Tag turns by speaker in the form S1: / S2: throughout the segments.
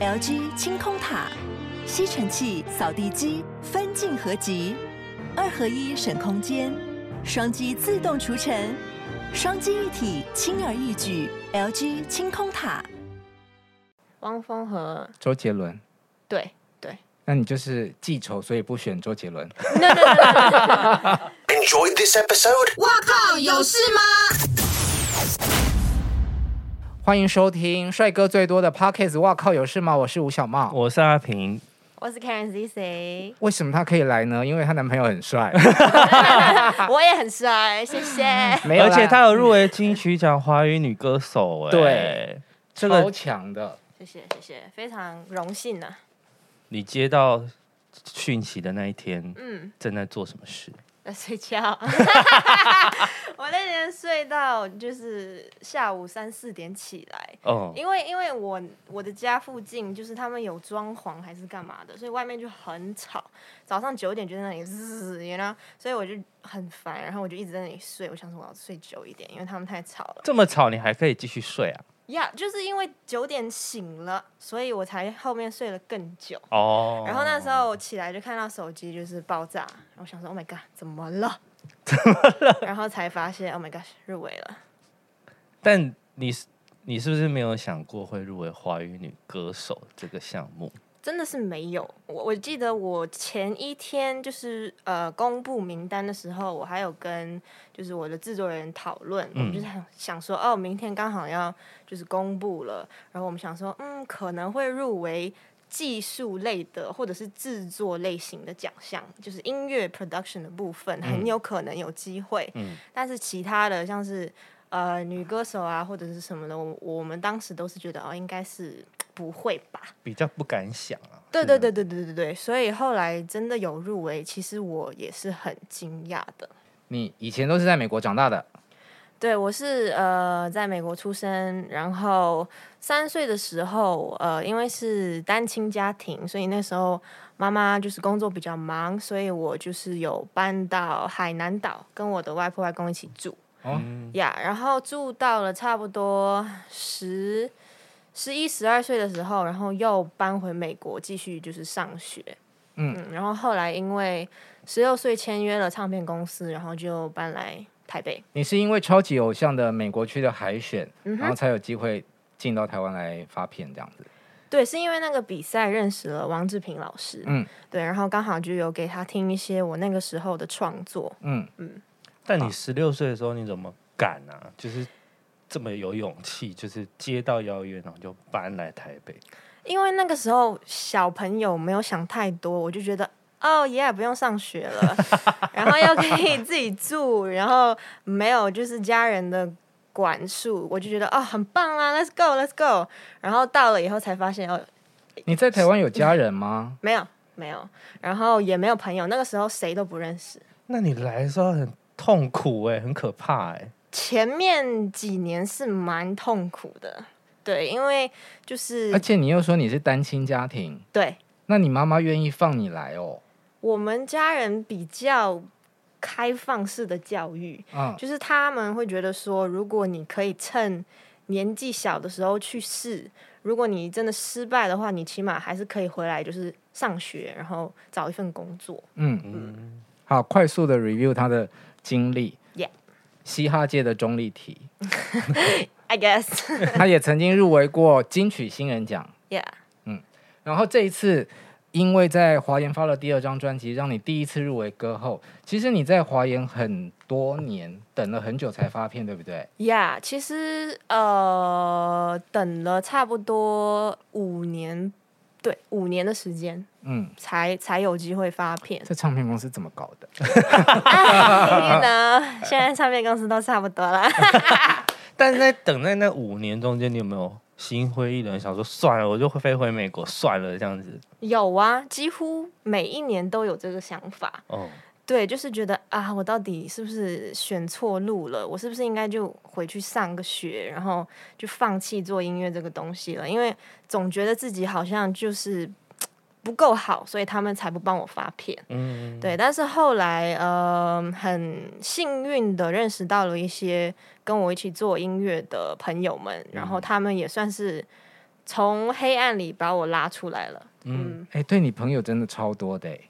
S1: LG 清空塔、吸尘器、扫地机分镜合集，二合一省空间，双击自动除尘，双击一体轻而易举。LG 清空塔。
S2: 汪峰和
S3: 周杰伦，
S2: 对对，
S3: 那你就是记仇，所以不选周杰伦。
S4: Enjoyed this episode?
S3: 欢迎收听帅哥最多的 Pockets。哇靠，有事吗？我是吴小茂。
S5: 我是阿平，
S2: 我是 Karen C C，
S3: 为什么她可以来呢？因为她男朋友很 帅。
S2: 我也很帅，谢谢。
S3: 没有啦，
S5: 而且她有入围金曲奖华语女歌手、哎，
S3: 对，
S5: 这
S3: 超
S5: 个
S3: 强的。
S2: 谢谢谢谢，非常荣幸啊呐、
S5: 你接到讯息的那一天，
S2: 嗯，
S5: 正在做什么事？
S2: 在睡觉。 我那天睡到就是下午三四点起来，
S5: 哦，
S2: 因为因为我我的家附近就是他们有装潢还是干嘛的，所以外面就很吵。早上九点就在那里滋，然后所以我就很烦，然后我就一直在那里睡。我想说我要睡久一点，因为他们太吵了。
S5: 这么吵你还可以继续睡啊？
S2: 呀就是因为九点醒了，所以我才后面睡了更久。
S5: 哦，
S2: 然后那时候我起来就看到手机就是爆炸，然后我想说 Oh my god，怎么了？ 怎么了？然后才发现 Oh my god，入围了。
S5: 但你是你是不是没有想过会入围华语女歌手这个项目？
S2: 真的是没有，我我记得我前一天就是呃公布名单的时候，我还有跟就是我的制作人讨论，我们就是想想说哦，明天刚好要就是公布了，然后我们想说嗯可能会入围技术类的或者是制作类型的奖项，就是音乐 production 的部分很有可能有机会，
S5: 嗯
S2: 但是其他的像是呃女歌手啊或者是什么的，我我们当时都是觉得哦应该是不会吧。
S5: 比较不敢想啊。
S2: 对
S5: 是
S2: 对
S5: 吗
S2: 对，对对对对，所以后来真的有入围，其实我也是很惊讶的。
S3: 你以前都是在美国长大的，
S2: 对，我是呃在美国出生，然后三岁的时候，呃，因为是单亲家庭，所以那时候妈妈就是工作比较忙，所以我就是有搬到海南岛，跟我的外婆外公一起住。
S3: 哦
S2: 呀然后住到了差不多十十一十二岁的时候，然后又搬回美国继续就是上学。
S3: 嗯
S2: 然后后来因为十六岁签约了唱片公司，然后就搬来台北。
S3: 你是因为超级偶像的美国区的海选，
S2: 嗯
S3: 然
S2: 哼
S3: 后，才有机会进到台湾来发片这样子。
S2: 对，是因为那个比赛认识了王志平老师，
S3: 嗯
S2: 对，然后刚好就有给他听一些我那个时候的创作，
S3: 嗯，
S5: 但你十六岁的时候你怎么敢啊？就是这么有勇气，就是接到邀约然后就搬来台北。
S2: 因为那个时候小朋友没有想太多，我就觉得。哦耶，不用上学了，然后又可以自己住，然后没有就是家人的管束，我就觉得哦很棒啊，Let's go，Let's go。然后到了以后才发现哦
S3: 你在台湾有家人吗？
S2: 没有没有，然后也没有朋友，那个时候谁都不认识。
S5: 那你来的时候很痛苦哎、很可怕哎、
S2: 前面几年是蛮痛苦的，对，因为就是
S5: 嗯
S3: 而且你又说你是单亲家庭，
S2: 对
S3: 那你妈妈愿意放你来哦？
S2: 我们家人比较开放式的教育，
S3: 嗯，
S2: 就是他们会觉得说，如果你可以趁年纪小的时候去试，如果你真的失败的话，你起码还是可以回来，就是上学，然后找一份工作。
S3: 嗯，
S5: 嗯，
S3: 好，快速的 review 他的经历。
S2: Yeah
S3: 嘻哈界的钟丽缇，
S2: I guess,
S3: 她也曾经入围过金曲新人奖。嗯
S2: yeah.
S3: 然后这一次，因为在华研发了第二张专辑，让你第一次入围歌后。其实你在华研很多年，等了很久才发片，对不对？
S2: 呀其实呃，等了差不多五年，对，五年的时间
S3: 嗯，
S2: 才才有机会发片。
S3: 这唱片公司怎么搞的？
S2: 哎呢， 现在唱片公司都差不多了。
S5: 但在等在那五年中间，你有没有心灰意冷，想说算了，我就会飞回美国算了这样子？
S2: 有啊，几乎每一年都有这个想法。
S5: 哦，
S2: 对，就是觉得啊，我到底是不是选错路了？我是不是应该就回去上个学，然后就放弃做音乐这个东西了？因为总觉得自己好像就是嘖不够好，所以他们才不帮我发片。
S5: 嗯，
S2: 对，但是后来，呃，很幸运的认识到了一些跟我一起做音乐的朋友们，然后他们也算是从黑暗里把我拉出来了。
S3: 嗯
S2: 嗯，
S3: 哎、对你朋友真的超多的、欸，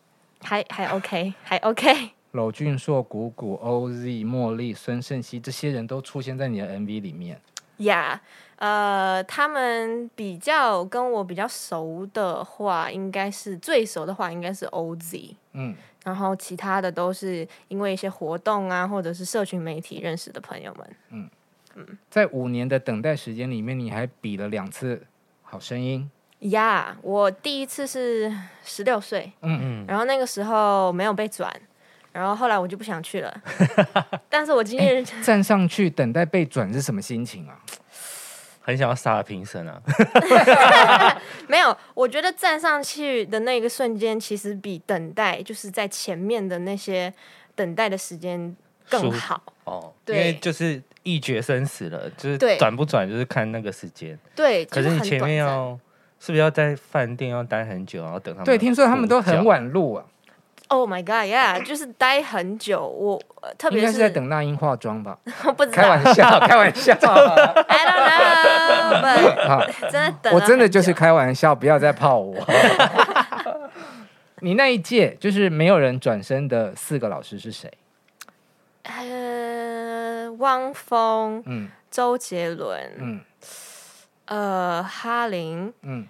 S2: 还还 OK，还 OK。
S3: 娄俊硕、谷谷、OZ、茉莉、孙胜熙这些人都出现在你的 MV 里面。
S2: 呀呃，他们比较跟我比较熟的话，应该是最熟的话应该是 OZ，
S3: 嗯，
S2: 然后其他的都是因为一些活动啊，或者是社群媒体认识的朋友们。
S3: 在五年的等待时间里面，你还比了两次《好声音
S2: 呀我第一次是十六岁，
S5: 嗯，
S2: 然后那个时候没有被转，然后后来我就不想去 了。但是我今天、》，
S3: 站上去等待被转是什么心情啊？
S5: 很想要杀评审啊，
S2: 没有，我觉得站上去的那个瞬间，其实比等待就是在前面的那些等待的时间更
S5: 舒
S2: 好。
S5: 哦，因
S2: 对
S5: 为就是一决生死了，就是
S2: 对
S5: 转不转就是看那个时间。
S2: 对，
S5: 可
S2: 就是
S5: 你
S2: 很
S5: 前面
S2: 短暂
S5: 要是不是要在饭店要待很久，然后等他们？
S3: 对，听说他们都很。晚录啊，
S2: ，Oh my God，yeah，就是待很久。我、呃特
S3: 应
S2: 别
S3: 该是在等那英化妆吧？
S2: 我不知
S3: 开
S2: 道
S3: 玩笑，开玩 笑。
S2: ，I don't know，
S3: 好，
S2: but 真的等，
S3: 我真的就是。开玩笑，不要再 泡我。你那一届就是没有人转身的四个老师是谁？
S2: 呃，汪峰、
S3: 嗯
S2: 周杰伦、
S3: 嗯
S2: 呃，哈林，
S3: 嗯，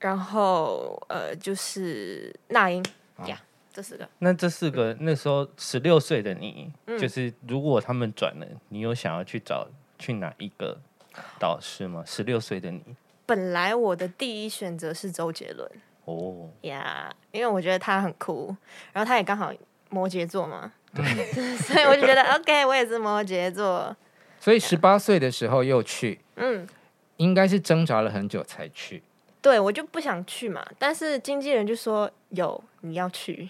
S2: 然后呃，就是那英
S3: 好
S2: 呀，这四个。
S5: 那这四个那时候十六岁的你，
S2: 嗯
S5: 就是如果他们转了，你有想要去找去哪一个导师吗？十六岁的你，
S2: 本来我的第一选择是周杰伦
S5: 哦，
S2: 呀因为我觉得他很酷，然后他也刚好摩羯座嘛， 所以我就觉得 OK，我也是摩羯座，
S3: 所以十八岁的时候又去，
S2: 嗯，
S3: 应该是挣扎了很久才去。
S2: 对我就不想去嘛，但是经纪人就说有你要 去，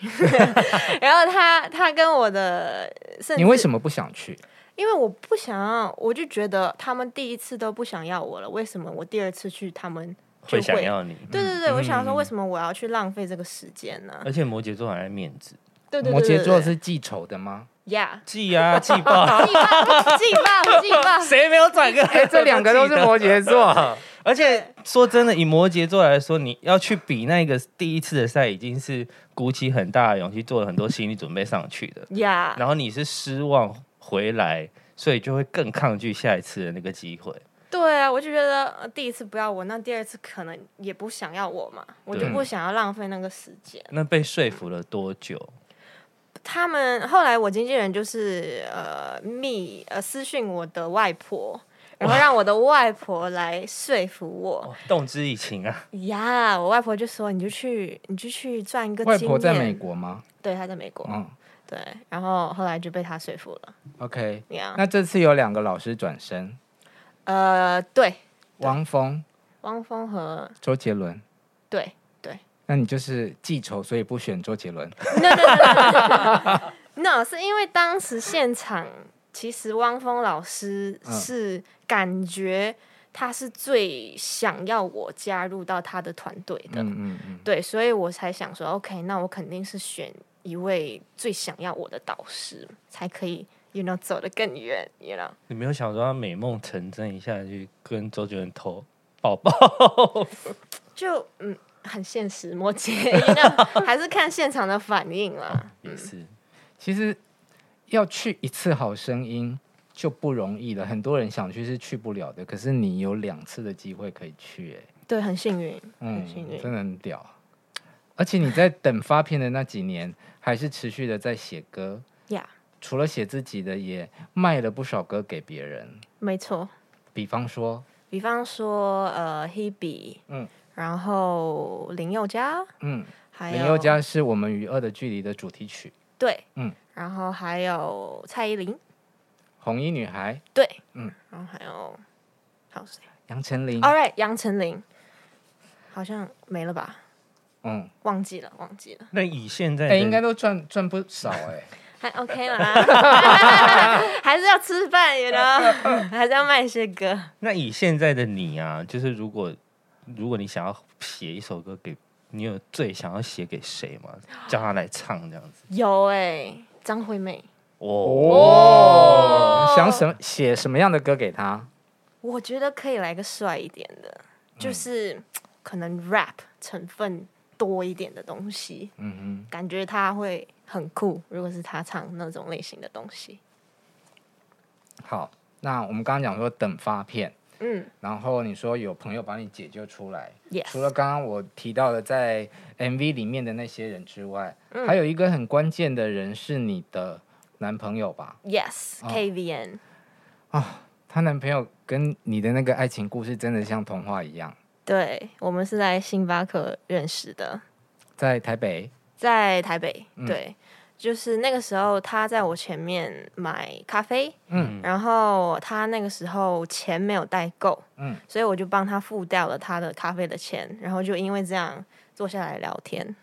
S2: 然后他他跟我的，甚至
S3: 你为什么不想去？
S2: 因为我不想要，我就觉得他们第一次都不想要我了，为什么我第二次去他们就
S5: 会想要你。
S2: 对对对，我想说
S5: 嗯
S2: 为什么我要去浪费这个时间呢？
S5: 而且摩羯座很爱面子，
S2: 对对对
S3: 摩羯座
S2: 对
S3: 是记仇的吗？
S2: 对 yeah，
S5: 记啊记爆，，
S2: 劲爆劲爆劲爆
S5: 谁没有转 过？
S3: 哎，这两个都是摩羯座，
S5: 而且说真的，以摩羯座来说，你要去比那个第一次的赛，已经是鼓起很大的勇气，做了很多心理准备上去 的。
S2: 呀
S5: 然后你是失望回来，所以就会更抗拒下一次的那个机会。
S2: 对啊，我就觉得呃第一次不要我，那第二次可能也不想要我嘛，我就
S5: 对
S2: 不想要浪费那个时间。
S5: 那被说服了多久？
S2: 他们后来我经纪人就是呃密呃私讯我的外婆，然后让我的外婆来说服我
S5: 哦，动之以情啊！
S2: 呀。我外婆就说你就去你就去赚一个
S3: 外
S2: 经
S3: 婆在
S2: 验
S3: 美，国吗？
S2: 对，她在美国，
S3: 嗯
S2: 对。然后后来就被她说服了
S3: ，OK。
S2: 呀。
S3: 那这次有两个老师转身，
S2: 呃，对，
S3: 汪峰、
S2: 汪峰和
S3: 周杰伦。
S2: 对对
S3: 那你就是记仇，所以不选周杰伦。
S2: ，no no no no no，no，是因为当时现场其实汪峰老师
S3: 嗯
S2: 是感觉他是最想要我加入到他的团队的，
S3: 嗯嗯嗯。
S2: 对，所以我才想说，OK，那我肯定是选一位最想要我的导师，才可以，you know，走得更远，you know。
S5: 你没有想说要美梦成真一下，去跟周杰伦偷抱抱？
S2: 就嗯，很现实，摩羯 you know，还是 看现场的反应
S3: 嗯
S2: 啦。
S5: 也是，
S3: 其实要去一次好声音就不容易了，很多人想去是去不了的。可是你有两次的机会可以去、哎。
S2: 对，很幸运，
S3: 嗯
S2: 很幸，运
S3: 真的很屌。而且你在等发片的那几年，还是持续的在写歌，
S2: 呀、
S3: 除了写自己的，也卖了不少歌给别人。
S2: 没错。
S3: 比方说，
S2: 比方说，呃，Hebe，
S3: 嗯
S2: 嗯，然后林宥嘉，
S3: 嗯，
S2: 还有
S3: 林宥嘉是我们《与恶的距离》的主题曲，
S2: 对，
S3: 嗯
S2: 嗯，然后还有蔡依林，
S3: 红衣女孩、
S2: 对，
S3: 嗯
S2: 嗯，然后还有还有谁
S3: 杨丞琳，
S2: ？All right，杨丞琳，好像没了吧？
S3: 嗯，
S2: 忘记了，忘记了，
S5: 那以现在
S3: 哎、
S5: 的
S3: 应该都赚赚不少哎、
S2: 还 OK 啦，还是要吃饭，you know，还是要卖一些歌。
S5: 那以现在的你啊，就是如果如果你想要写一首歌给你有最想要写给谁吗？叫他来唱这样子。
S2: 有哎、张惠妹，
S3: 哦哦，想什么写什么样的歌给他？
S2: 我觉得可以来个帅一点的，
S3: 嗯
S2: 就是可能 rap 成分多一点的东西，
S3: 嗯
S2: 感觉他会很酷。如果是他唱那种类型的东西，
S3: 哼，好，那我们刚刚讲说等发片，
S2: 嗯
S3: 然后你说有朋友把你解救出来，
S2: ，yes，
S3: 除了刚刚我提到的在 MV 里面的那些人之外，
S2: 嗯
S3: 还有一个很关键的人是你的男朋友吧？哦
S2: yes，KVN，
S3: 她男朋友跟你的那个爱情故事真的像童话一样，
S2: 对我们是在星巴克认识的，
S3: 在台北，
S2: 在台北，
S3: 嗯
S2: 对。就是那个时候，他在我前面买咖啡，
S3: 嗯
S2: 然后他那个时候钱没有带够，
S3: 嗯
S2: 所以我就帮他付掉了他的咖啡的钱，然后就因为这样坐下来聊天，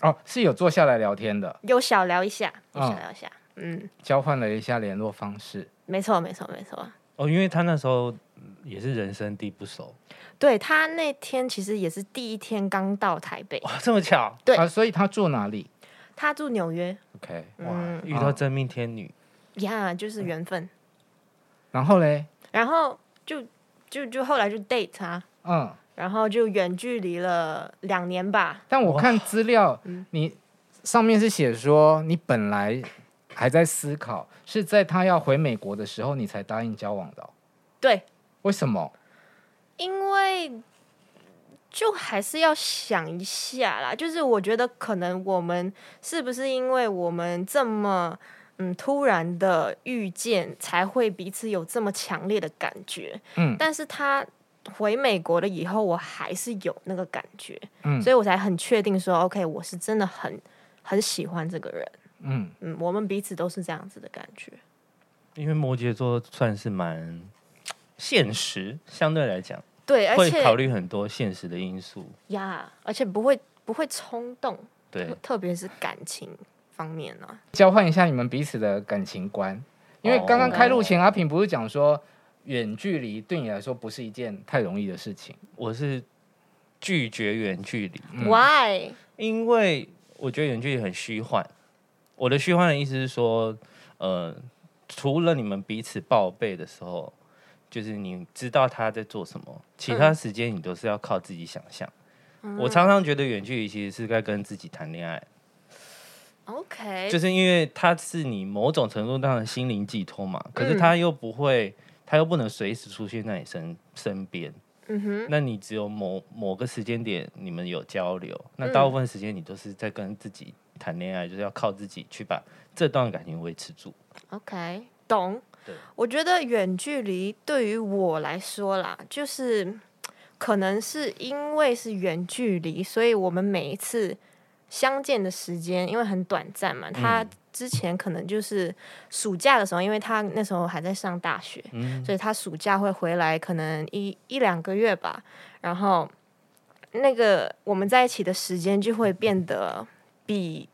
S3: 哦，是有坐下来聊天的，
S2: 有小聊一下，有
S3: 嗯
S2: 小聊一下，嗯，
S3: 交换了一下联络方式，
S2: 没错，没错，没错。
S5: 哦，因为他那时候嗯也是人生地不熟，
S2: 对他那天其实也是第一天刚到台北，
S5: 哇，这么巧，
S2: 对
S3: 啊，所以他住哪里
S2: 他住纽约，
S3: ？OK，
S5: 哇，
S2: 嗯
S5: 遇到真命天女，
S2: 呀，就是缘分，
S3: 然后嘞，
S2: 然后就就就后来就 date 他，
S3: 嗯，
S2: 然后就远距离了两年吧，
S3: 但我看资料，你上面是写说你本来还在思考，是在他要回美国的时候你才答应交往的哦、
S2: 对，
S3: 为什么？
S2: 因为就还是要想一下啦，就是我觉得可能我们是不是因为我们这么嗯突然的遇见，才会彼此有这么强烈的感觉。
S3: 嗯
S2: 但是他回美国了以后，我还是有那个感觉，
S3: 嗯
S2: 所以我才很确定说，OK，我是真的很很喜欢这个人。
S3: 嗯，
S2: 嗯，我们彼此都是这样子的感觉。
S5: 因为摩羯座算是蛮现实，相对来讲
S2: 对，而
S5: 会
S2: 且
S5: 考虑很多现实的因素，
S2: 呀，而且不会不会冲动，
S5: 对，
S2: 特别是感情方面啊呢、
S3: 交换一下你们彼此的感情观，因为刚刚开录前，阿平不是讲说远距离对你来说不是一件太容易的事情，
S5: 我是拒绝远距离，
S2: Why？
S5: 因为我觉得远距离很虚幻。我的虚幻的意思是说，呃，除了你们彼此报备的时候，就是你知道他在做什么，其他时间你都是要靠自己想象。我常常觉得远距离其实是在跟自己谈恋爱，
S2: OK，
S5: 就是因为他是你某种程度上的心灵寄托嘛，可是他又不会，他又不能随时出现在你身身边。
S2: 嗯哼，
S5: 那你只有某某个时间点你们有交流，那
S2: 嗯
S5: 大部分时间你都是在跟自己谈恋爱，就是要靠自己去把这段感情维持住。
S2: OK，懂
S5: 对。
S2: 我觉得远距离对于我来说啦，就是可能是因为是远距离，所以我们每一次相见的时间因为很短暂嘛，他之前可能就是暑假的时候，因为他那时候还在上大学，
S5: 嗯，
S2: 所以他暑假会回来，可能一一两个月吧。然后那个我们在一起的时间就会变得比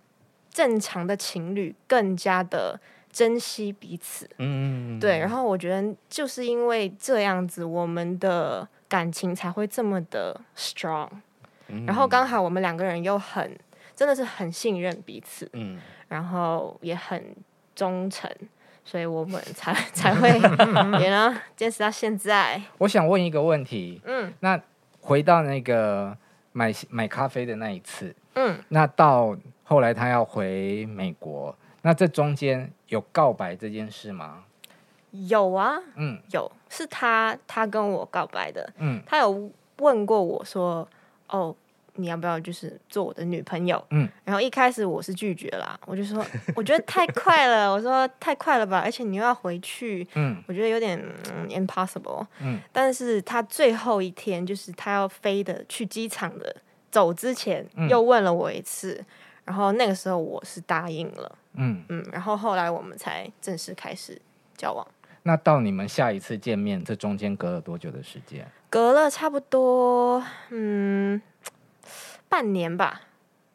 S2: 正常的情侣更加的珍惜彼此。
S5: 嗯，
S2: 对，然后我觉得就是因为这样子，我们的感情才会这么的 strong。
S5: 嗯
S2: 然后刚好我们两个人又很真的是很信任彼此，
S5: 嗯，
S2: 然后也很忠诚，所以我们才 才会也呢坚持到现在。
S3: 我想问一个问题，
S2: 嗯
S3: 那回到那个买买咖啡的那一次，
S2: 嗯，
S3: 那到后来他要回美国，那这中间有告白这件事吗？
S2: 有啊，
S3: 嗯
S2: 有是他他跟我告白的，
S3: 嗯
S2: 他有问过我说，哦。你要不要就是做我的女朋友？
S3: 嗯，
S2: 然后一开始我是拒绝啦，我就说我觉得太快了，我说太快了吧，而且你又要回去，
S3: 嗯
S2: 我觉得有点、嗯 impossible。
S3: 嗯
S2: 但是他最后一天，就是他要飞的去机场的走之前，
S3: 嗯
S2: 又问了我一次，然后那个时候我是答应了，
S3: 嗯，
S2: 嗯，然后后来我们才正式开始交往，
S3: 那到你们下一次见面，这中间隔了多久的时间？
S2: 隔了差不多嗯半年吧，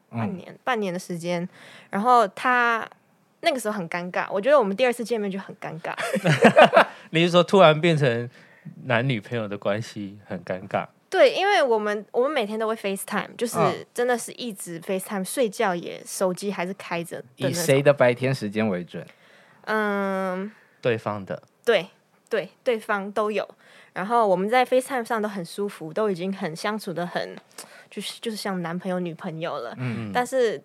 S2: 半
S3: 嗯
S2: 年、半年的时间，然后他。那个时候很尴尬，我觉得我们第二次见面就很尴尬。
S5: 你是说突然变成男女朋友的关系很尴尬？
S2: 对，因为我们我们每天都会 FaceTime，就是
S3: 啊
S2: 真的是一直 FaceTime，睡觉也手机还是开着的那
S3: 以
S2: 种。
S3: 谁的白天时间为准？
S2: 嗯，
S5: 对方的
S2: 对对，对方都有。然后我们在 FaceTime 上都很舒服，都已经很相处的很，就是就是像男朋友女朋友了。
S3: 嗯
S2: 但是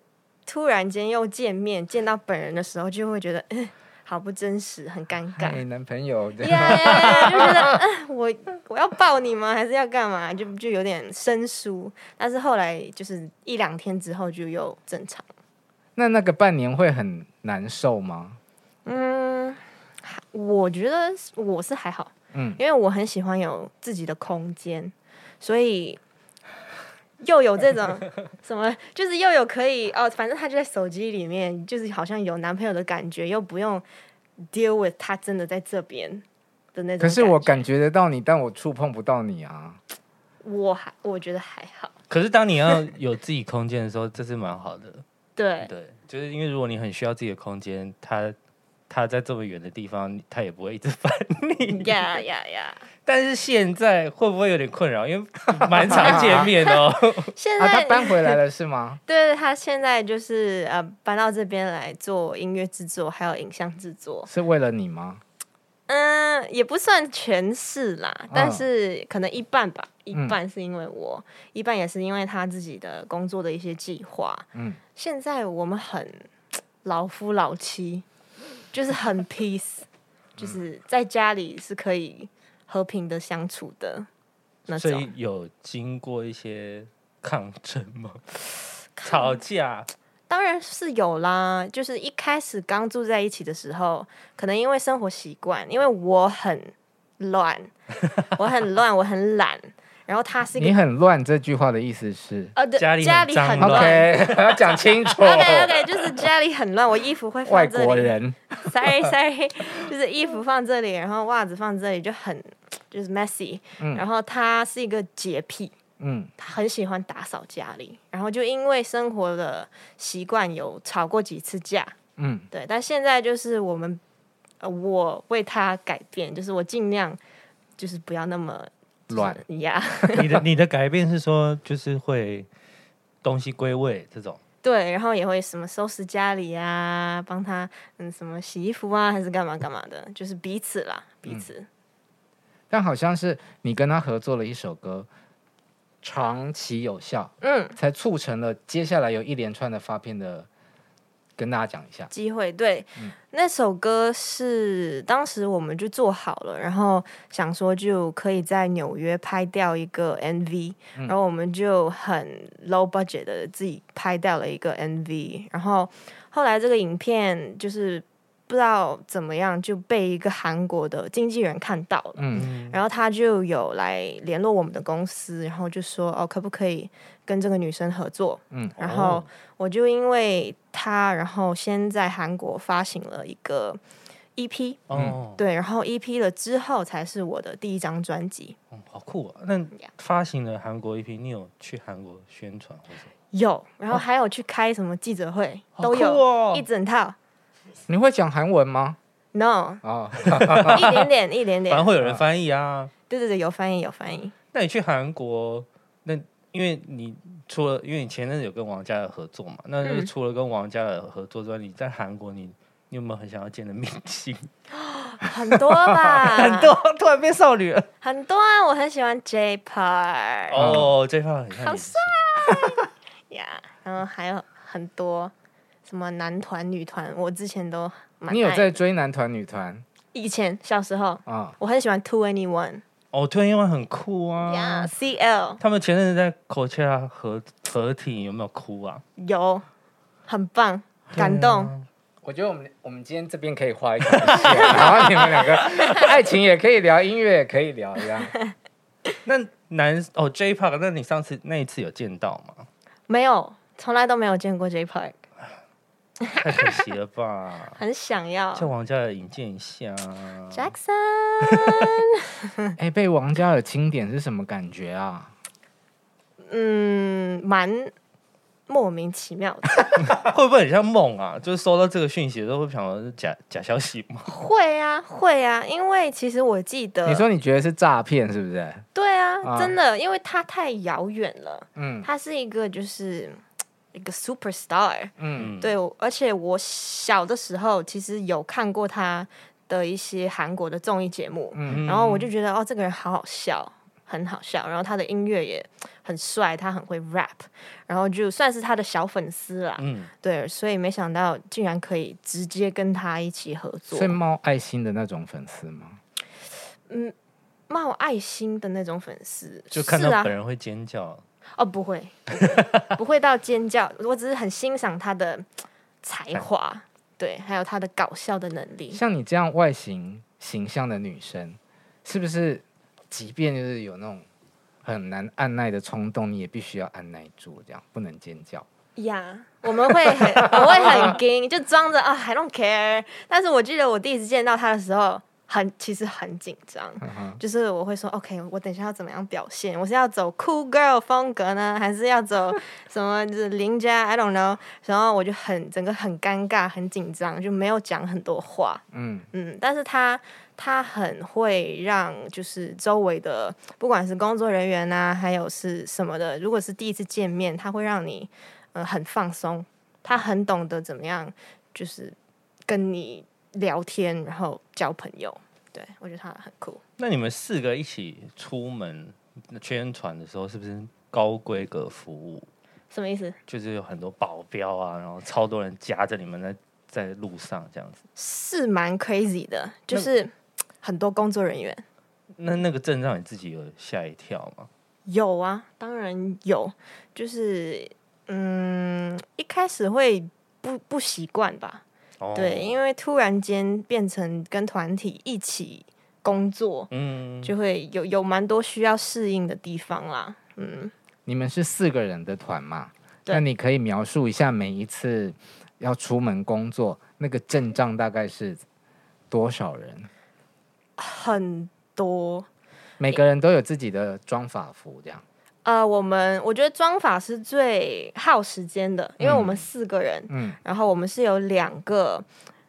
S2: 突然间又见面，见到本人的时候，就会觉得，嗯、好不真实，很尴尬。
S3: 嗨，男朋友，对
S2: 呀呀呀！就觉得，嗯，我我要抱你吗？还是要干嘛？就就有点生疏。但是后来就是一两天之后就又正常。
S3: 那那个半年会很难受吗？
S2: 嗯，我觉得我是还好，
S3: 嗯
S2: 因为我很喜欢有自己的空间，所以又有这 种什么，就是又有可以哦，反正他就在手机里面，就是好像有男朋友的感觉，又不用 deal with 他真的在这边的那种。
S3: 可是我，感觉得到你，但我触碰不到你啊。
S2: 我还我觉得还好，
S5: 可是当你要有自己空间的时候，这是蛮好的。
S2: 对
S5: 对，就是因为如果你很需要自己的空间，他他在这么远的地方，他也不会一直烦你。
S2: 呀呀呀！
S5: 但是现在会不会有点困扰？因为蛮常见面的哦。
S2: 现
S3: 啊，他
S2: 在、
S3: 搬回来了是吗？
S2: 对他现在就是呃搬到这边来做音乐制作，还有影像制作。
S3: 是为了你吗？
S2: 嗯，也不算全是啦，
S5: 嗯
S2: 但是可能一半吧，一半是因为我，一半也是因为他自己的工作的一些计划。
S3: 嗯
S2: 现在我们很老夫老妻，就是很 peace，就是
S5: 嗯
S2: 在家里是可以和平的相处的那
S5: 所
S2: 种
S5: 以。有经过一些抗争 吗？吵架，
S2: 当然是有啦，就是一开始刚住在一起的时候，可能因为生活习惯，因为我很乱，我很乱，我很懒，然后他是一
S3: 你
S2: 个
S3: 很乱这句话的意思是
S2: 呃对
S5: 家里
S2: 家
S5: 很
S2: 里
S5: 脏
S2: 很
S5: 乱
S2: 乱。
S3: ，OK，要 讲清楚。
S2: OK OK，就是家里很乱，我衣服会
S3: 外
S2: 放这里。
S3: 国人
S2: Sorry Sorry，就是 衣服放这里，然后袜子放这里，就很就是 messy、
S3: 嗯
S2: 然后他是一个洁癖，
S3: 嗯，
S2: 他很喜欢打扫家里，然后就因为生活的习惯有吵过几次架。
S3: 嗯，
S2: 对，但现在就是我们，呃，我为他改变，就是我尽量就是不要那么
S3: 乱
S2: 呀。
S5: 你的 你的改变是说就是会东西归位这种。
S2: 对，然后也会什么收拾家里啊，帮他嗯什么洗衣服啊，还是干嘛干嘛的，就是彼此啦，彼此。
S3: 但好像是你跟他合作了一首歌，长期有效，
S2: 嗯，
S3: 才促成了接下来有一连串的发片的，跟大家讲一下。
S2: 机会。对，那首歌是当时我们就做好了，然后想说就可以在纽约拍掉一个 MV，、然后我们就很 low budget 的自己拍掉了一个 MV，然后后来这个影片就是不知道怎么样就被一个韩国的经纪人看到了。
S3: 嗯，
S2: 然后他就有来联络我们的公司，然后就说哦，可不可以跟这个女生合作？
S3: 嗯，
S2: 然
S5: 哦
S2: 后我就因为他，然后先在韩国发行了一个 EP，
S5: 哦，
S2: 对，然后 EP 了之后才是我的第一张专辑。
S5: 嗯好酷啊！那发行了韩国一批，你有去韩国宣传或什么？
S2: 有，然后还有去开什么记者会，
S5: 哦好
S2: 都有、
S5: 酷哦
S2: 一整套。
S3: 你会讲韩文吗？
S2: No，
S3: 哦，
S2: 一点点，一点
S5: 反正
S2: 点。
S5: 会有人翻译啊。
S2: 对对对，有翻译，有翻译。
S5: 那你去韩国，那因为你除了因为你前阵子有跟王嘉尔合作嘛，那就是
S2: 嗯
S5: 除了跟王嘉尔合作之外，你在韩国你你有没有很想要见的明星？
S2: 很多吧，
S5: 很多，突然变少女了。
S2: 很多啊！我很喜欢 J-pop，
S5: 哦，这方很像
S2: 好
S5: 明星
S2: 呀然后还有很多什么男团、女团，我之前都蛮
S3: 你有
S2: 爱
S3: 在追男团女团
S2: 以前小时候，
S3: 啊？
S2: 我很喜欢 Two Any One
S5: 哦，突然因为很酷
S3: 哦
S5: 啊。
S2: 呀、CL
S5: 他们前阵子在 Coachella 合合体，有没有哭啊？
S2: 有，很棒，感动。
S3: 啊我觉得我们我们今天这边可以画一条 线，然后你们两个爱情也可以聊，音乐也可以聊，一样。
S5: 那男哦 J Park，那你上次那一次有见到吗？
S2: 没有，从来都没有见过 J Park，！
S5: 太可惜了吧
S2: 很想要
S5: 叫王嘉尔引荐一下。
S2: Jackson。
S3: 哎、被王嘉尔钦点是什么感觉啊？
S2: 嗯，蛮莫名其妙的，
S5: 会不会很像梦啊？就是收到这个讯息都会想到是假假消息吗？
S2: 会啊会啊，因为其实我记得，
S3: 你说你觉得是诈骗是不是？
S2: 对
S3: 啊
S2: 啊，真的，因为他太遥远了，
S3: 嗯
S2: 他是一个就是一个 superstar，
S3: 嗯
S5: 嗯
S2: 对，我而且我小的时候其实有看过他的一些韩国的综艺节目，
S3: 嗯
S2: 然后我就觉得哦，这个人好好笑，很好笑，然后他的音乐也很帅，他很会 rap，然后就算是他的小粉丝啦，
S5: 嗯，
S2: 对，所以没想到竟然可以直接跟他一起合作
S3: 所以，冒爱心的那种粉丝吗？
S2: 嗯，冒爱心的那种粉丝，
S5: 就看
S2: 是
S5: 到
S2: 啊
S5: 本，人会尖叫，
S2: 哦，不会，不会不会到尖叫，我只是很欣赏他的才华，对，还有他的搞笑的能力。
S3: 像你这样外形形象的女生，是不是即便就是有那种很难按耐的冲动，你也必须要按耐住，这样不能尖叫？
S2: 呀我们会很，我会很惊，就装着啊，I don't care。但是我记得我第一次见到他的时候，很其实很紧张，
S3: 嗯哼，
S2: 就是我会说，OK，我等一下要怎么样表现？我是要走 cool girl 风格呢，还是要走什么就是邻家？I don't know。然后我就很整个很尴尬，很紧张，就没有讲很多话。
S3: 嗯，
S2: 嗯，但是他他很会让就是周围的不管是工作人员啊，还有是什么的，如果是第一次见面，他会让你呃很放松，他很懂得怎么样就是跟你聊天，然后交朋友。对我觉得他很酷。
S5: 那你们四个一起出门宣传的时候，是不是高规格服务？
S2: 什么意思？
S5: 就是有很多保镖啊，然后超多人夹着你们在在路上这样子。
S2: 是蛮 crazy 的，就是嘖很多工作人员
S5: 那那个阵让你自己有吓一跳吗？
S2: 有啊，当然有，就是嗯，一开始会不不习惯吧，
S5: 哦
S2: 对，因为突然间变成跟团体一起工作，
S5: 嗯，
S2: 就会有有蛮多需要适应的地方啦，嗯，
S3: 你们是四个人的团嘛？
S2: 对
S3: 那你可以描述一下每一次要出门工作那个阵仗大概是多少人？
S2: 很多。
S3: 每个人都有自己的装法服，这样。
S2: 呃，我们我觉得妆法是最耗时间的，因为我们四个人，
S3: 嗯，
S2: 然后我们是有两个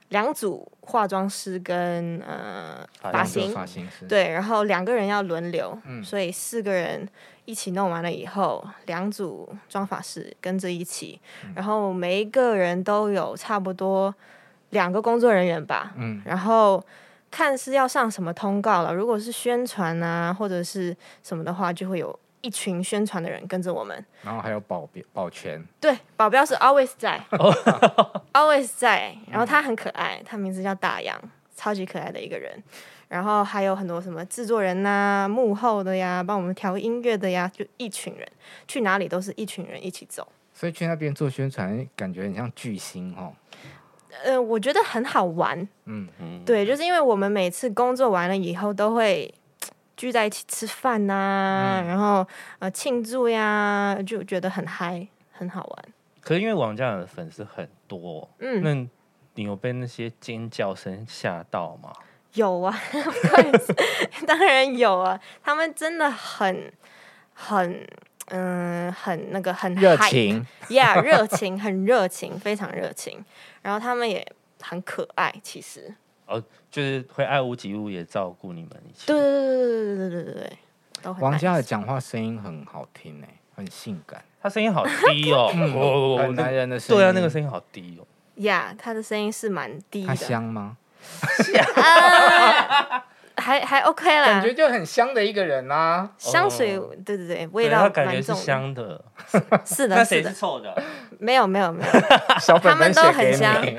S2: 两组化妆师跟呃
S5: 发
S2: 发
S5: 型
S2: 型，
S3: 发型师。，
S2: 对，然后两个人要轮流，
S3: 嗯
S2: 所以四个人一起弄完了以后，两组妆发师跟着一起，
S3: 嗯
S2: 然后每一个人都有差不多两个工作人员吧，
S3: 嗯，
S2: 然后看是要上什么通告了。如果是宣传啊或者是什么的话，就会有一群宣传的人跟着我们。
S3: 然后还有保镖保全，
S2: 对，保镖是 always 在，always 在。然后他很可爱，他名字叫大洋，超级可爱的一个人。然后还有很多什么制作人呐、幕后的呀，帮我们调音乐的呀，就一群人，去哪里都是一群人一起走。
S3: 所以去那边做宣传，感觉很像巨星哦。
S2: 呃，我觉得很好玩，
S3: 嗯，
S2: 对，就是因为我们每次工作完了以后都会。聚在一起吃饭呐、然后呃庆祝呀，就觉得很嗨，很好玩。
S5: 可是因为王嘉尔的粉丝很多，
S2: 嗯，
S5: 那你有被那些尖叫声吓到吗？
S2: 有啊 of course，当然有啊，他们真的很很嗯、很那个很
S3: 热
S2: hype
S3: 情，
S2: ，yeah，热情很热情，非常热情，然后他们也很可爱，其实，
S5: 就是会爱屋及乌，也照顾你们一起。
S2: 对对对对对对对对对，都很
S3: 王嘉尔
S2: nice
S3: 讲话声音很好听哎、很性感，
S5: 他声音好低 哦，
S2: 嗯
S5: 我我
S3: 很男人的声音。
S5: 对啊，那个声音好低哦。
S2: ，yeah，他的声音是蛮低
S3: 他
S2: 的，
S3: 香吗？
S2: 还还 OK 啦
S3: 感觉，就很香的一个人啊。
S2: 香水，
S5: 哦
S2: 对对对，味
S5: 对，
S2: 道
S5: 他感觉
S2: 蛮
S5: 是
S2: 重的，
S5: 香的，
S2: 是
S5: 那
S2: 的，是
S5: 谁是
S2: 的，
S5: 臭的？
S2: 没有没有 没有，
S3: 小本本写
S2: 他们都
S3: 给
S2: 很香
S3: 你。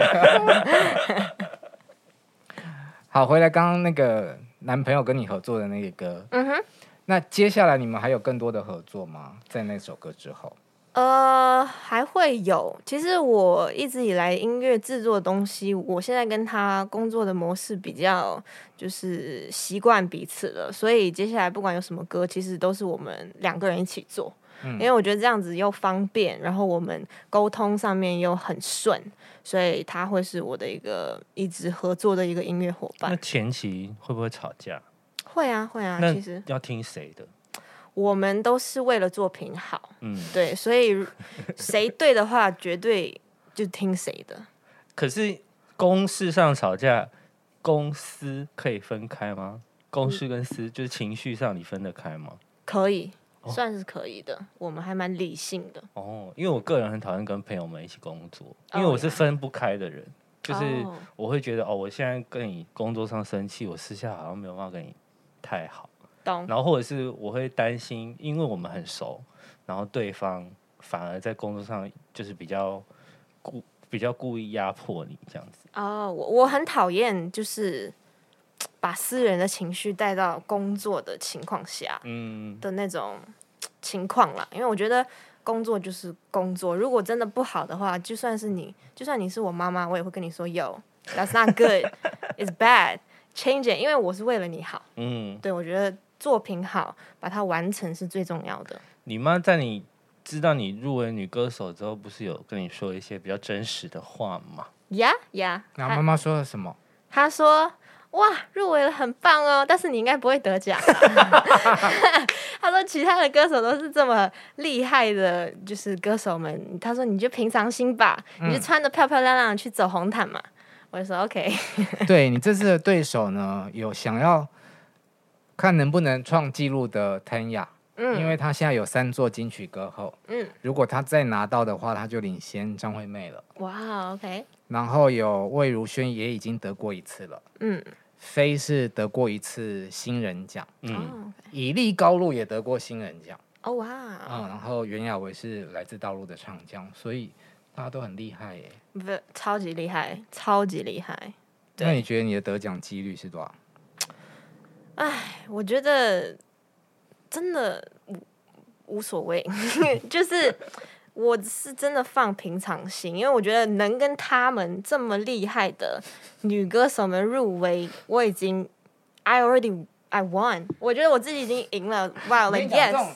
S3: 好，回来刚刚那个男朋友跟你合作的那个歌，
S2: 嗯哼。
S3: 那接下来你们还有更多的合作吗？在那首歌之后，
S2: 呃，还会有。其实我一直以来音乐制作的东西，我现在跟他工作的模式比较就是习惯彼此了，所以接下来不管有什么歌，其实都是我们两个人一起做。
S5: 嗯
S2: 因为我觉得这样子又方便，然后我们沟通上面又很顺，所以他会是我的一个一直合作的一个音乐伙
S5: 那
S2: 伴。
S5: 前期会不会吵架？
S2: 会啊，会啊，
S5: 那
S2: 其实
S5: 要听谁的？
S2: 我们都是为了作品好，
S5: 嗯，
S2: 对，所以谁对的话，绝对就听谁的。
S5: 可是公事上吵架，公司可以分开吗？公事跟私就是情绪上，你分得开吗？
S2: 可以，
S5: 哦
S2: 算是可以的。我们还蛮理性的
S5: 哦，因为我个人很讨厌跟朋友们一起工作，
S2: 哦
S5: 因为我是
S2: 呀
S5: 分不开的人。就是
S2: 哦
S5: 我会觉得哦，我现在跟你工作上生气，我私下好像没有办法跟你太好，
S2: 懂
S5: 然后或者是我会担心，因为我们很熟，然后对方反而在工作上就是比较故比较故意压迫你这样子。
S2: 哦，我我很讨厌就是把私人的情绪带到工作的情况下
S5: 嗯，
S2: 的那种情况啦，因为我觉得工作就是工作，如果真的不好的话，就算是你，就算你是我妈妈，我也会跟你说，Yo，that's not good，it's bad，change it，因为我是为了你好。
S5: 嗯，
S2: 对，我觉得作品好，把它完成是最重要的。
S5: 你妈在你知道你入围女歌手之后，不是有跟你说一些比较真实的话吗？
S2: 呀呀，
S3: 然后妈
S2: 他
S3: 妈说了什么？
S2: 他说。哇，入围了，很棒哦！但是你应该不会得奖。啊 他说其他的歌手都是这么厉害的，就是歌手们。他说你就平常心吧，你就穿的漂漂亮亮去走红毯嘛。我就说 OK，
S3: 对你这次的对手呢，有想要看能不能创纪录的 Tanya，、因
S2: 嗯
S3: 为她现在有三座金曲歌后，
S2: 嗯，
S3: 如果她再拿到的话，她就领先张惠妹了。
S2: 哇，OK，
S3: 然后有魏如萱也已经得过一次了，
S2: 嗯，
S3: 飞是得过一次新人奖，
S5: 嗯，
S2: 哦
S3: 以立高路也得过新人奖，
S2: 哦哇，
S3: 嗯，然后袁娅维是来自大陆的唱将，所以大家都很厉害耶。
S2: 不，超级厉害，超级厉害。对
S3: 那你觉得你的得奖几率是多少？
S2: 我觉得真的无无所谓， 就是我是真的放平常心，因为我觉得能跟他们这么厉害的女歌手们入围，我已经 I already I won，我觉得我自己已经赢了。哇、wow,，like
S3: 我跟你讲这
S2: yes，
S3: 种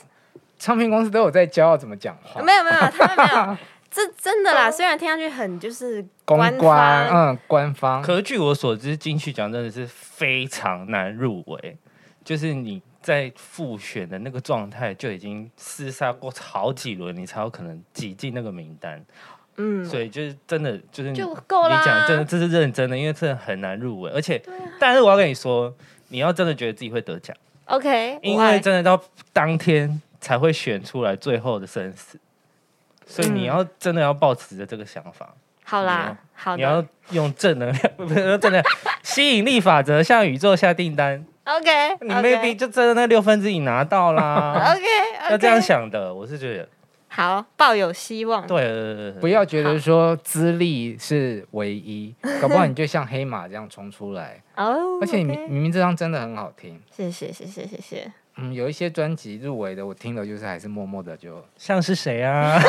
S3: 唱片公司都有在教怎么讲话，
S2: 没有没有，他们没有，这真的
S5: 哦
S2: 啦。虽然听上去很就是
S3: 公
S2: 官
S3: 关，
S2: 方
S3: 嗯，官方。
S5: 可是据我所知，金曲奖真的是非常难入围，就是你在复选的那个状态就已经厮杀过好几轮，你才有可能挤进那个名单。
S2: 嗯，
S5: 所以就是真的就是你
S2: 就够啦啊
S5: 你讲真的，这是认真的，因为真的很难入围，而且、但是我要跟你说，你要真的觉得自己会得奖，
S2: OK，
S5: 因
S2: 我爱
S5: 为真的到当天才会选出来最后的生死。所以你
S2: 嗯
S5: 要真的要保持着这个想法，
S2: 好啦，好
S5: 嗯你要
S2: 的
S5: 用正能量， 不是正能量，吸引力法则向宇宙下订单。
S2: ，OK，
S5: 你 maybe 就真的那六分之一拿到 啦。
S2: OK，
S5: 要这样，想的，我是觉得
S2: 好，抱有希望。
S5: 对对对对
S3: 不
S5: 对，
S3: 要觉得说资历是唯一， 搞不好你就像黑马这样冲出来。
S2: 哦，
S3: 而且你明
S2: OK
S3: 明明这张真的很好听，
S2: 谢谢谢谢谢谢，
S3: 嗯，有一些专辑入围的，我听了就是还是默默的就，
S5: 像是谁啊？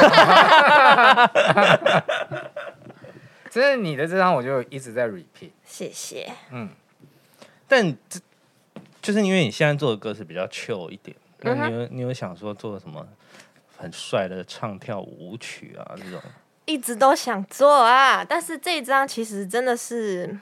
S3: 真的你的这张我就一直在 repeat。
S2: 谢谢。
S3: 嗯，
S5: 但这就是因为你现在做的歌是比较 chill 一点，那
S2: 嗯哼
S5: 你有你有想说做什么很帅的唱跳舞曲啊这种？
S2: 一直都想做啊，但是这一张其实真的是，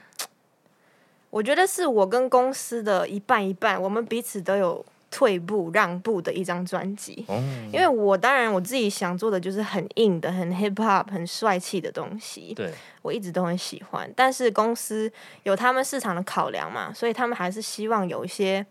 S2: 我觉得是我跟公司的一半一半，我们彼此都有退步让步的一张专辑。
S5: 哦，
S2: 因为我当然我自己想做的就是很硬的、很 hip hop、很帅气的东西，
S5: 对，
S2: 我一直都很喜欢，但是公司有他们市场的考量嘛，所以他们还是希望有一些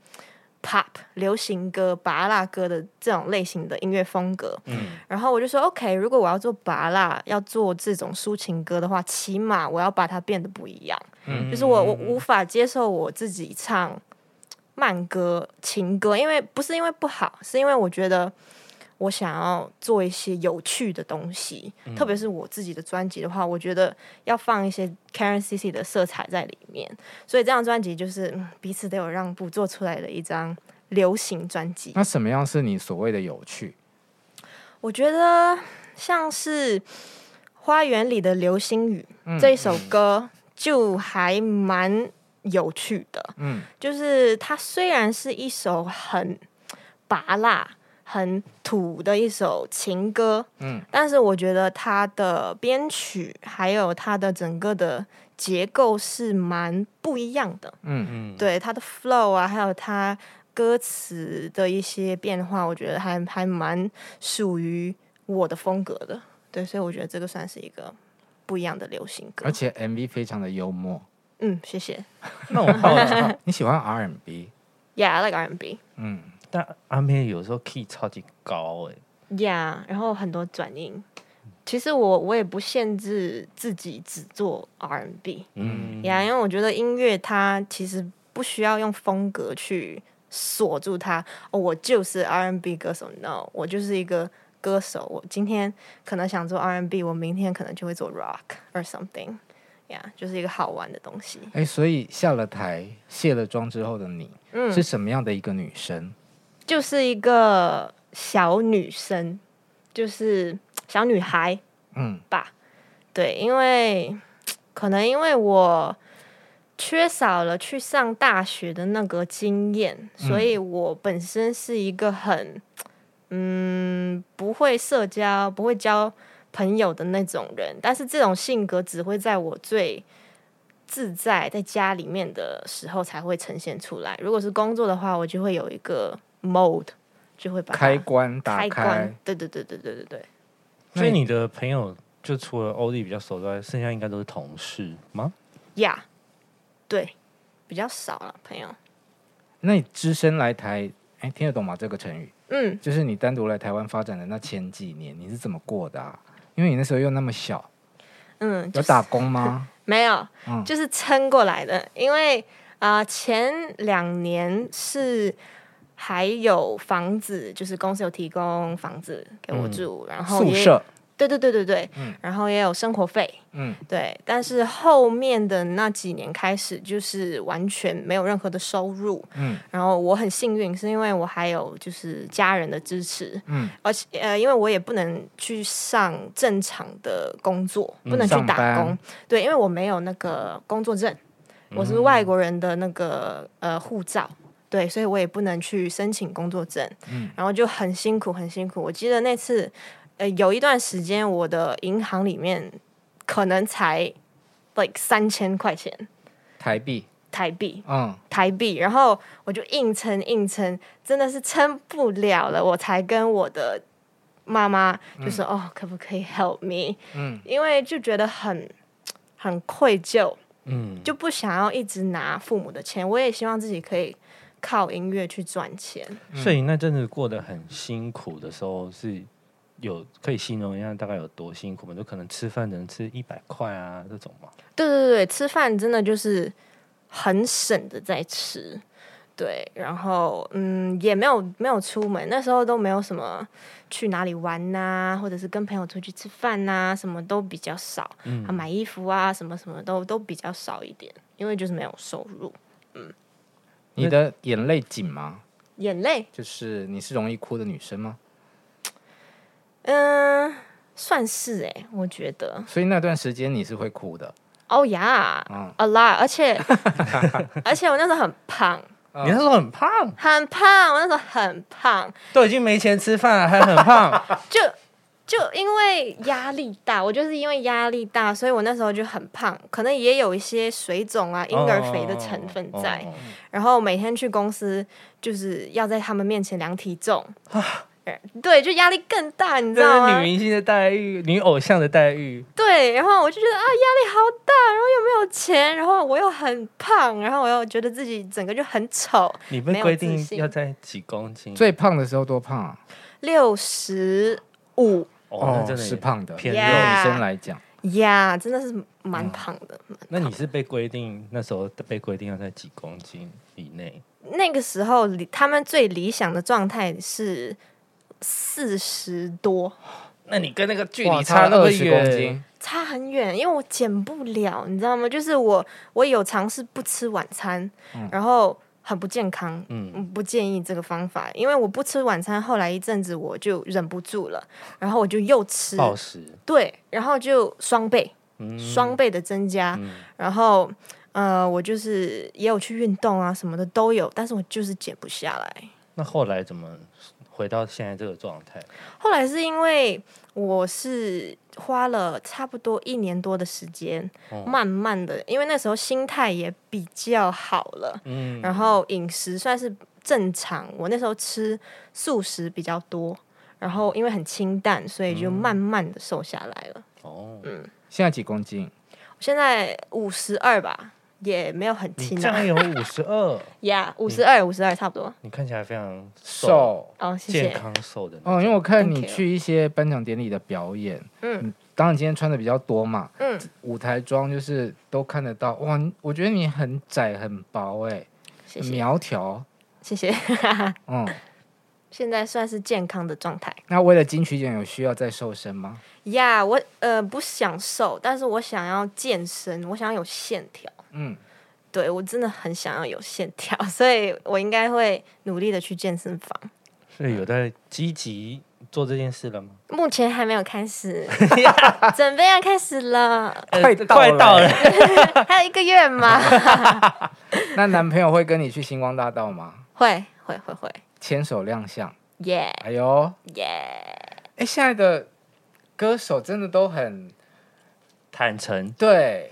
S2: pop 流行歌、拔辣歌的这种类型的音乐风格。
S5: 嗯，
S2: 然后我就说 OK，如果我要做拔辣，要做这种抒情歌的话，起码我要把它变得不一样。
S5: 嗯
S2: 就是我我无法接受我自己唱慢歌、情歌，因为不是因为不好，是因为我觉得我想要做一些有趣的东西，特别是我自己的专辑的话，我觉得要放一些 Karen CC 的色彩在里面，所以这张专辑就是嗯彼此都有让步做出来的一张流行专辑。
S3: 那什么样是你所谓的有趣？
S2: 我觉得像是《花园里的流星雨》
S3: 嗯
S2: 这一首歌就还蛮有趣的，
S3: 嗯，
S2: 就是它虽然是一首很拔辣、很土的一首情歌，
S3: 嗯，
S2: 但是我觉得它的编曲还有它的整个的结构是蛮不一样的，
S5: 嗯，
S2: 对它的 flow 啊，还有它歌词的一些变化，我觉得还还蛮属于我的风格的。对，所以我觉得这个算是一个不一样的流行歌
S3: 而。且 MV 非常的 幽默。
S2: 嗯，谢谢。
S5: 那我好奇，
S3: 你喜欢 R&B？
S2: Yeah, I like R&B.
S3: 嗯，
S2: 欸
S5: 但阿妹有时候 key 超级高哎，
S2: Yeah，然后很多转音，其实我我也不限制自己只做 R&B
S5: 嗯
S2: 呀，因为我觉得音乐它其实不需要用风格去锁住它。哦，我就是 R&B 歌手，no，我就是一个歌手。我今天可能想做 R&B，我明天可能就会做 rock or something。呀，就是一个好玩的东西。
S3: 哎、所以下了台卸了妆之后的你、
S2: 嗯，
S3: 是什么样的一个女生？
S2: 就是一个小女生，就是小女孩
S3: 嗯，
S2: 吧。对，因为可能因为我缺少了去上大学的那个经验，所
S3: 嗯
S2: 以我本身是一个很嗯不会社交、不会交朋友的那种人。但是这种性格只会在我最自在在家里面的时候才会呈现出来。如果是工作的话，我就会有一个 mode，就会把它
S3: 开关打开，
S2: 开关。对对对对对对对。
S5: 所以你的朋友就除了欧弟比较熟之外，剩下应该都是同事吗？
S2: 呀对，比较少了朋友。
S3: 那你只身来台，哎、听得懂吗？这个成语
S2: 嗯，
S3: 就是你单独来台湾发展的那前几年，你是怎么过的啊？因为你那时候又那么小，
S2: 嗯，
S3: 有
S2: 就是
S3: 打工吗？
S2: 没有，
S3: 嗯
S2: 就是撑过来的。因为啊、呃前两年是还有房子，就是公司有提供房子给我住，然后
S3: 嗯宿
S2: 哦也
S3: 舍，
S2: 对对对对对，
S3: 嗯
S2: 然后也有生活费，
S3: 嗯，
S2: 对。但是后面的那几年开始，就是完全没有任何的收入，
S3: 嗯
S2: 然后我很幸运，是因为我还有就是家人的支持，
S3: 嗯，
S2: 而且呃，因为我也不能去上正常的工作，不能去
S3: 嗯上
S2: 打
S3: 班嗯
S2: 工，对，因为我没有那个工作证，我是外国人的那个呃护照。对，所以我也不能去申请工作证，
S3: 嗯
S2: 然后就很辛苦，很辛苦。我记得那次，呃，有一段时间我的银行里面可能才 like 三千块钱
S3: 台币，
S2: 台币，
S3: 嗯，
S2: 台币，然后我就硬撑硬撑，真的是撑不了了，我才跟我的妈妈就说、哦，可不可以 help me？
S3: 嗯
S2: 因为就觉得很很愧疚，
S5: 嗯，
S2: 就不想要一直拿父母的钱，我也希望自己可以靠音乐去赚钱。
S5: 所以那阵子过得很辛苦的时候是。有可以形容一下大概有多辛苦吗？就可能吃饭只能吃一百块啊这种嘛。
S2: 对对对，吃饭真的就是很省的在吃，对，然后嗯也没有没有出门，那时候都没有什么去哪里玩呐、或者是跟朋友出去吃饭呐、什么都比较少，啊买衣服啊什么什么都都比较少一点，因为就是没有收入，
S3: 你的眼泪紧吗？
S2: 眼泪
S3: 就是你是容易哭的女生吗？
S2: 嗯、算是哎、我觉得
S3: 所以那段时间你是会哭的，
S2: 哦呀、a lot，而且 而且我那时候很胖，
S5: 你那时候很胖，
S2: 很胖，我那时候很胖，
S5: 都已经没钱吃饭了，还很胖。
S2: 就就因为压力大，我就是因为压力大，所以我那时候就很胖，可能也有一些水肿啊、婴儿肥的成分在。
S5: 哦哦哦哦
S2: 然后每天去公司，就是要在他们面前量体重呃 对，就压力更大，你知道
S5: 啊这
S2: 吗
S5: 是女？明星的待遇，女偶像的待遇。
S2: 对，然后我就觉得啊，压力好大，然后又没有钱，然后我又很胖，然后我又觉得自己整个就很丑，
S5: 你
S2: 没
S5: 被
S2: 有
S5: 规
S2: 自
S5: 定
S2: 信
S5: 要在几公斤？
S3: 最胖的时候多胖啊？
S2: 六十五
S5: 哦，那真的
S3: 是胖的，
S5: 偏
S3: 对
S5: 肉。
S2: Yeah
S3: 女生来讲，
S2: 呀，真的是
S5: 哦
S2: 蛮胖的。
S5: 那你是被规定那时候被规定要在几公斤以内？
S2: 那个时候理他们最理想的状态是四十多，
S5: 那你跟那个距
S3: 哇
S5: 离差那
S3: 二
S5: 么
S3: 十公
S5: 远，
S3: 斤，
S2: 差很远，因为我减不了，你知道吗？就是我我有尝试不吃晚餐，然后很不健康，
S5: 嗯，
S2: 嗯不建议这个方法，因为我不吃晚餐，后来一阵子我就忍不住了，然后我就又吃，
S5: 暴食，
S2: 对，然后就双倍，
S5: 嗯
S2: 双倍的增加，然后呃，我就是也有去运动啊什么的都有，但是我就是减不下来。
S5: 那后来怎么回到现在这个状态？
S2: 后来是因为我是花了差不多一年多的时间，
S5: 哦
S2: 慢慢的，因为那时候心态也比较好了，
S5: 嗯
S2: 然后饮食算是正常。我那时候吃素食比较多，然后因为很清淡，所以就慢慢的瘦下来了。
S5: 哦，
S3: 现在几公斤？
S2: 我现在五十二吧也没有很
S5: 你
S2: 轻
S5: 酱
S2: 啊。
S5: 油五十二，
S2: 呀，五十二，五十二差不多。
S5: 你看起来非常瘦，
S3: 瘦。
S2: 哦，谢
S5: 健
S2: 谢。
S5: 康瘦的那种。
S3: 嗯，因为我看你
S2: Thank you
S3: 去一些颁奖典礼的表演，
S2: 嗯
S3: 当然今天穿的比较多嘛，
S2: 嗯，
S3: 舞台装就是都看得到。哇，你我觉得你很窄很薄哎、
S2: 谢
S3: 很
S2: 谢，
S3: 苗条。
S2: 谢谢。
S3: 嗯，
S2: 现在算是健康的状态。
S3: 那为了金曲奖有需要再瘦身吗？
S2: 呀、我呃不想瘦，但是我想要健身，我想要有线条。
S3: 嗯，
S2: 对我真的很想要有线条， 所以我应该会努力的去健身房。
S5: 所以有在积极做这件事了吗？
S2: 目前还没有开 始，准备要开始了，
S5: 呃
S3: 快到了欸
S5: 快到了，
S2: 还有一个月 吗？
S3: 那男朋友会跟你去星光大道吗？
S2: 会会会会，
S3: 牵手亮相。
S2: 耶
S3: 哎呦，
S2: 耶！
S3: 哎，现在的歌手真的都很
S5: 坦诚，
S3: 对，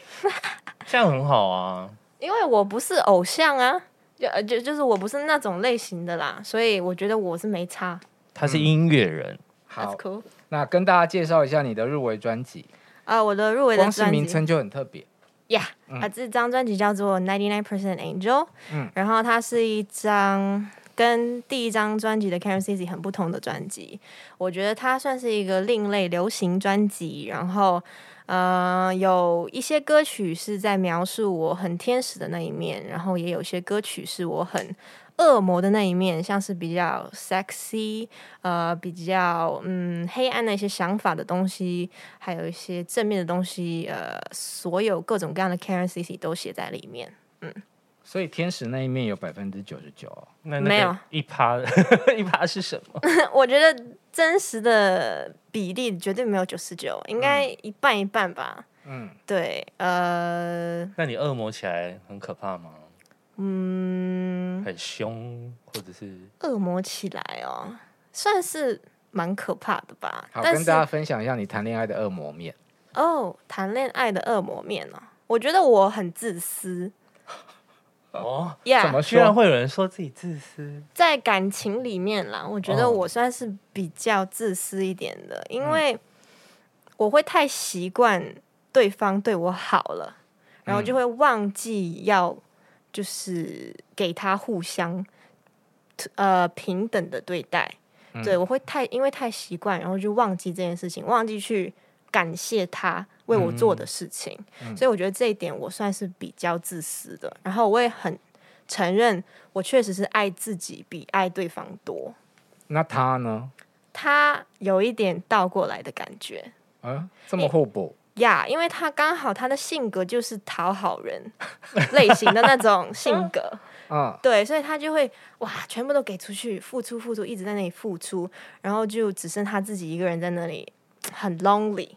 S5: 这样很好啊。
S2: 因为我不是偶像啊，就呃就就是我不是那种类型的啦，所以我觉得我是没差。
S5: 他是音乐人，
S3: 好
S2: That's，cool。
S3: 那跟大家介绍一下你的入围专辑，
S2: 啊，我的入围的
S3: 光是
S2: 专
S3: 名
S2: 辑
S3: 称就很特别。
S2: 呀，啊，这张专辑叫做《Ninety Nine Percent Angel》，
S3: 嗯
S2: 然后它是一张跟第一张专辑的《Karen c i c y 很不同的专辑，我觉得它算是一个另类流行专辑，然后。呃，有一些歌曲是在描述我很天使的那一面，然后也有些歌曲是我很恶魔的那一面，像是比较 sexy，呃，比较嗯黑暗的一些想法的东西，还有一些正面的东西，呃，所有各种各样的 Karen C C 都写在里面。
S3: 所以天使那一面有百分之九十九，哦
S5: 那
S2: 没
S5: 那
S2: 有
S5: 个一趴 一趴是什么？
S2: 我觉得真实的比例绝对没有九十九，应该一半一半吧。
S3: 嗯，
S2: 对，呃，
S5: 那你恶魔起来很可怕吗？
S2: 嗯，
S5: 很凶，或者是
S2: 恶魔起来哦，算是蛮可怕的吧。
S3: 好，
S2: 但
S3: 跟
S2: 是
S3: 大家分享一下你谈恋爱的恶魔面。
S2: 哦，谈恋爱的恶魔面哦，我觉得我很自 私
S5: 哦，
S2: 呀。
S3: 怎么
S5: 居然
S3: 说？
S5: 会有人说自己自私？
S2: 在感情里面啦，我觉得
S5: 嗯哦
S2: 我算是比较自私一点的，因为我会太习惯对方对我好了，然后就会忘记要就是给他互相呃平等的对待。对我会太因为太习惯，然后就忘记这件事情，忘记去感谢他为我做的事情。所以我觉得这一点我算是比较自私的，然后我也很承认，我确实是爱自己比爱对方多。
S3: 那他呢？
S2: 他有一点倒过来的感觉
S3: 啊，这么互补，
S2: 呀因为他刚好他的性格就是讨好人类型的那种性格，
S3: 啊，
S2: 对，所以他就会哇，全部都给出去，付出付出，一直在那里付出，然后就只剩他自己一个人在那里很 lonely。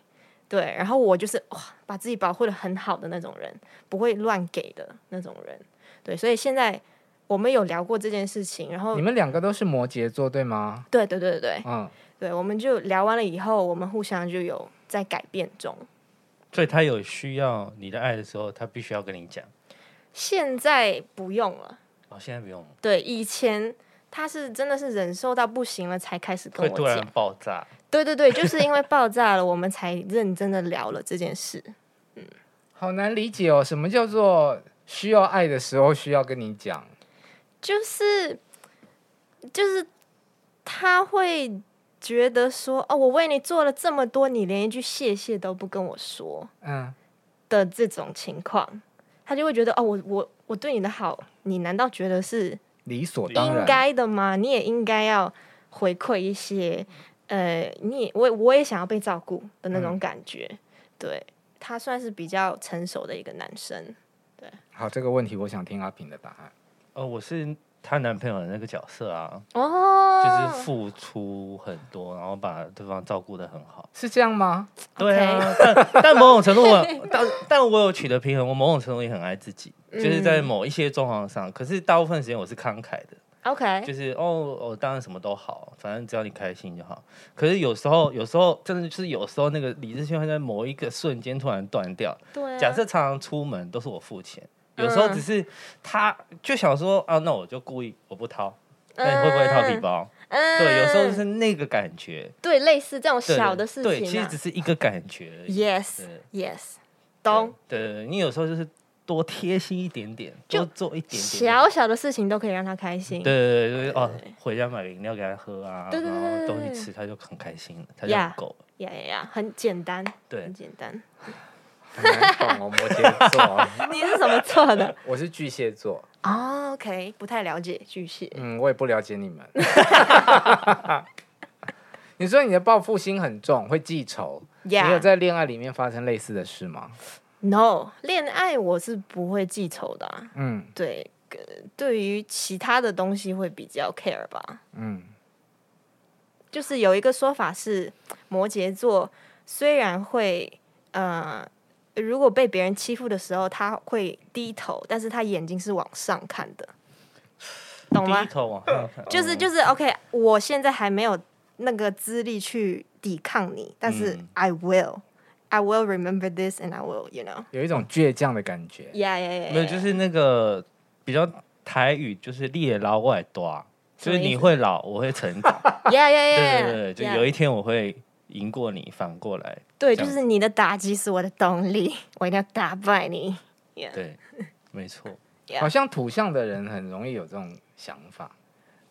S2: 对，然后我就是哇，把自己保护的很好的那种人，不会乱给的那种人。对，所以现在我们有聊过这件事情，然后
S3: 你们两个都是摩羯座对吗？
S2: 对对对对对
S3: 嗯，
S2: 对，我们就聊完了以后，我们互相就有在改变中。
S5: 所以他有需要你的爱的时候，他必须要跟你讲。
S2: 现在不用了，
S5: 哦，现在不用，
S2: 对，以前他是真的是忍受到不行了才开始跟
S5: 会
S2: 我
S5: 突
S2: 讲
S5: 然。爆炸。
S2: 对对对，就是因为爆炸了，我们才认真的聊了这件事。
S3: 好难理解哦，什么叫做需要爱的时候需要跟你讲？
S2: 就是就是他会觉得说，哦，我为你做了这么多，你连一句谢谢都不跟我说
S3: 嗯，
S2: 的这种情况，他就会觉得，哦，我我我对你的好，你难道觉得是
S3: 理所当
S2: 应
S3: 然。
S2: 该的吗？你也应该要回馈一些，呃，你也我也我也想要被照顾的那种感觉。
S5: 嗯
S2: 对他算是比较成熟的一个男生。
S3: 好，这个问题我想听阿平的答案。
S5: 哦，我是她男朋友的那个角色啊，
S2: 哦，
S5: 就是付出很多，然后把对方照顾的很好。
S3: 是这样吗？
S5: 对啊，但但某种程度我， 但但我有取得平衡，我某种程度也很爱自己，就是在
S2: 嗯
S5: 某一些状况上。可是大部分时间我是慷慨的，就
S2: OK，
S5: 是哦哦，当然什么都好，反正只要你开心就好。可是有时候，有时候真的就是有时候那个理智线会在某一个瞬间突然断掉。
S2: 对啊
S5: 假设常常出门都是我付钱，有时候
S2: 嗯
S5: 只是他就想说啊，那我就故意我不掏，那哎你会不会掏皮？包？
S2: 嗯
S5: 对，有时候就是那个感觉，
S2: 对类似这种
S5: 对
S2: 小的事
S5: 对，
S2: 情
S5: 其实
S2: 啊
S5: 只是一个感觉而已。
S2: ，yes
S5: 对
S2: yes，懂
S5: 对对对，你有时候就是多贴心一点点，
S2: 就
S5: 多做一点点。
S2: 小小的事情都可以让他开心。
S5: 对对对对哦，回家买个饮料给他喝啊，
S2: 对对对
S5: 然后东
S2: 对
S5: 西
S2: 对
S5: 吃，他就很开心了，他就很
S2: 呀
S5: 够了。
S2: 呀呀呀，很简单，
S5: 对
S2: 很，简单。
S4: 好难懂哦，摩羯座，
S2: 你是什么座的？
S4: 我是巨蟹座，
S2: 哦，OK，不太了解巨蟹。
S3: 嗯，我也不了解 你们。你说你的报复心很重，会记仇。你有
S2: Yeah，No，
S3: 在恋爱里面发生类似的事吗？
S2: 恋爱我是不会记仇的、啊。
S3: 嗯
S2: 对，呃对于其他的东西会比较 care 吧。
S3: 嗯，
S2: 就是有一个说法是，摩羯座虽然会呃，如果被别人欺负的时候，他会低头，但是他眼睛是往上看的，懂吗
S5: 低？头哦往上 看，
S2: 就是就是 OK，我现在还没有那个资历去抵抗你，但是
S5: 嗯
S2: I will。I will remember this and I will, you know.
S3: 有一种倔强的感觉。
S2: Yeah, yeah, yeah.
S5: 没有，就是那个比较台语，就是猎老外多，
S2: 什
S5: 就
S2: 么意
S5: 是
S2: 思
S5: 你会老，我会成长。
S2: yeah, yeah,
S5: 对
S2: yeah.
S5: 对对，对就
S2: yeah.
S5: 有一天我会赢过你，反过来。
S2: 对，
S5: 这
S2: 就
S5: 样
S2: 是你的打击是我的动力，我一定要打败你。Yeah,
S5: 对，没错。
S2: Yeah
S3: 好像土象的人很容易有这种想法，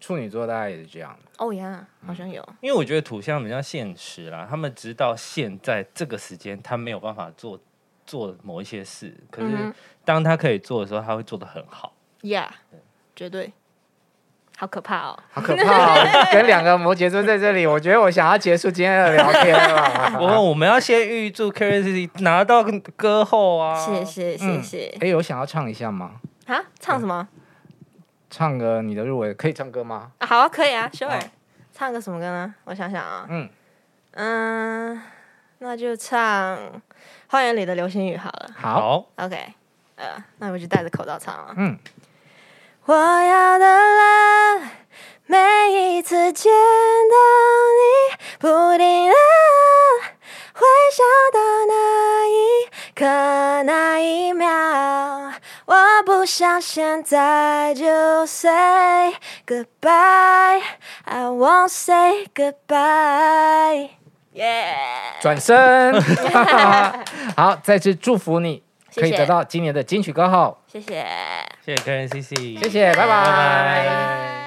S3: 处女座大概也是这样的。
S2: 哦
S5: 嗯
S2: 呀，好像有。
S5: 因为我觉得土象比较现实啦，他们直到现在这个时间，他没有办法做做某一些事，可
S2: 嗯
S5: 是
S2: 哼
S5: 当他可以做的时候，他会做的很好。
S2: Yeah，绝对，好可怕哦！
S3: 好可怕 哦！跟两个摩羯座在这里，我觉得我想要结束今天的聊天了。
S5: 我我们要先预祝 c a r i c 拿到歌后啊！
S2: 谢。谢谢谢
S3: 哎，有想要唱一下吗？
S2: 啊！唱什么？
S3: 唱个你的入围，可以唱歌吗？
S2: 啊好啊，可以啊，Sure。唱个什么歌呢？我想想啊，
S3: 嗯
S2: 嗯，那就唱《花园里的流星雨》好了。
S3: 好，
S5: 好，
S2: OK，呃，那我就戴着口罩唱啊了。
S3: 嗯，
S2: 我要的啦，每一次见到你，不停的回想到那一刻那一秒，我不想现在就 say goodbye，I won't say goodbye。耶！
S3: 转身。 好，再次祝福你
S2: 谢谢
S3: 可以得到今年的金曲歌后，
S2: 谢谢。
S5: 谢谢 c a r i c
S3: 谢谢，拜拜。
S5: 拜拜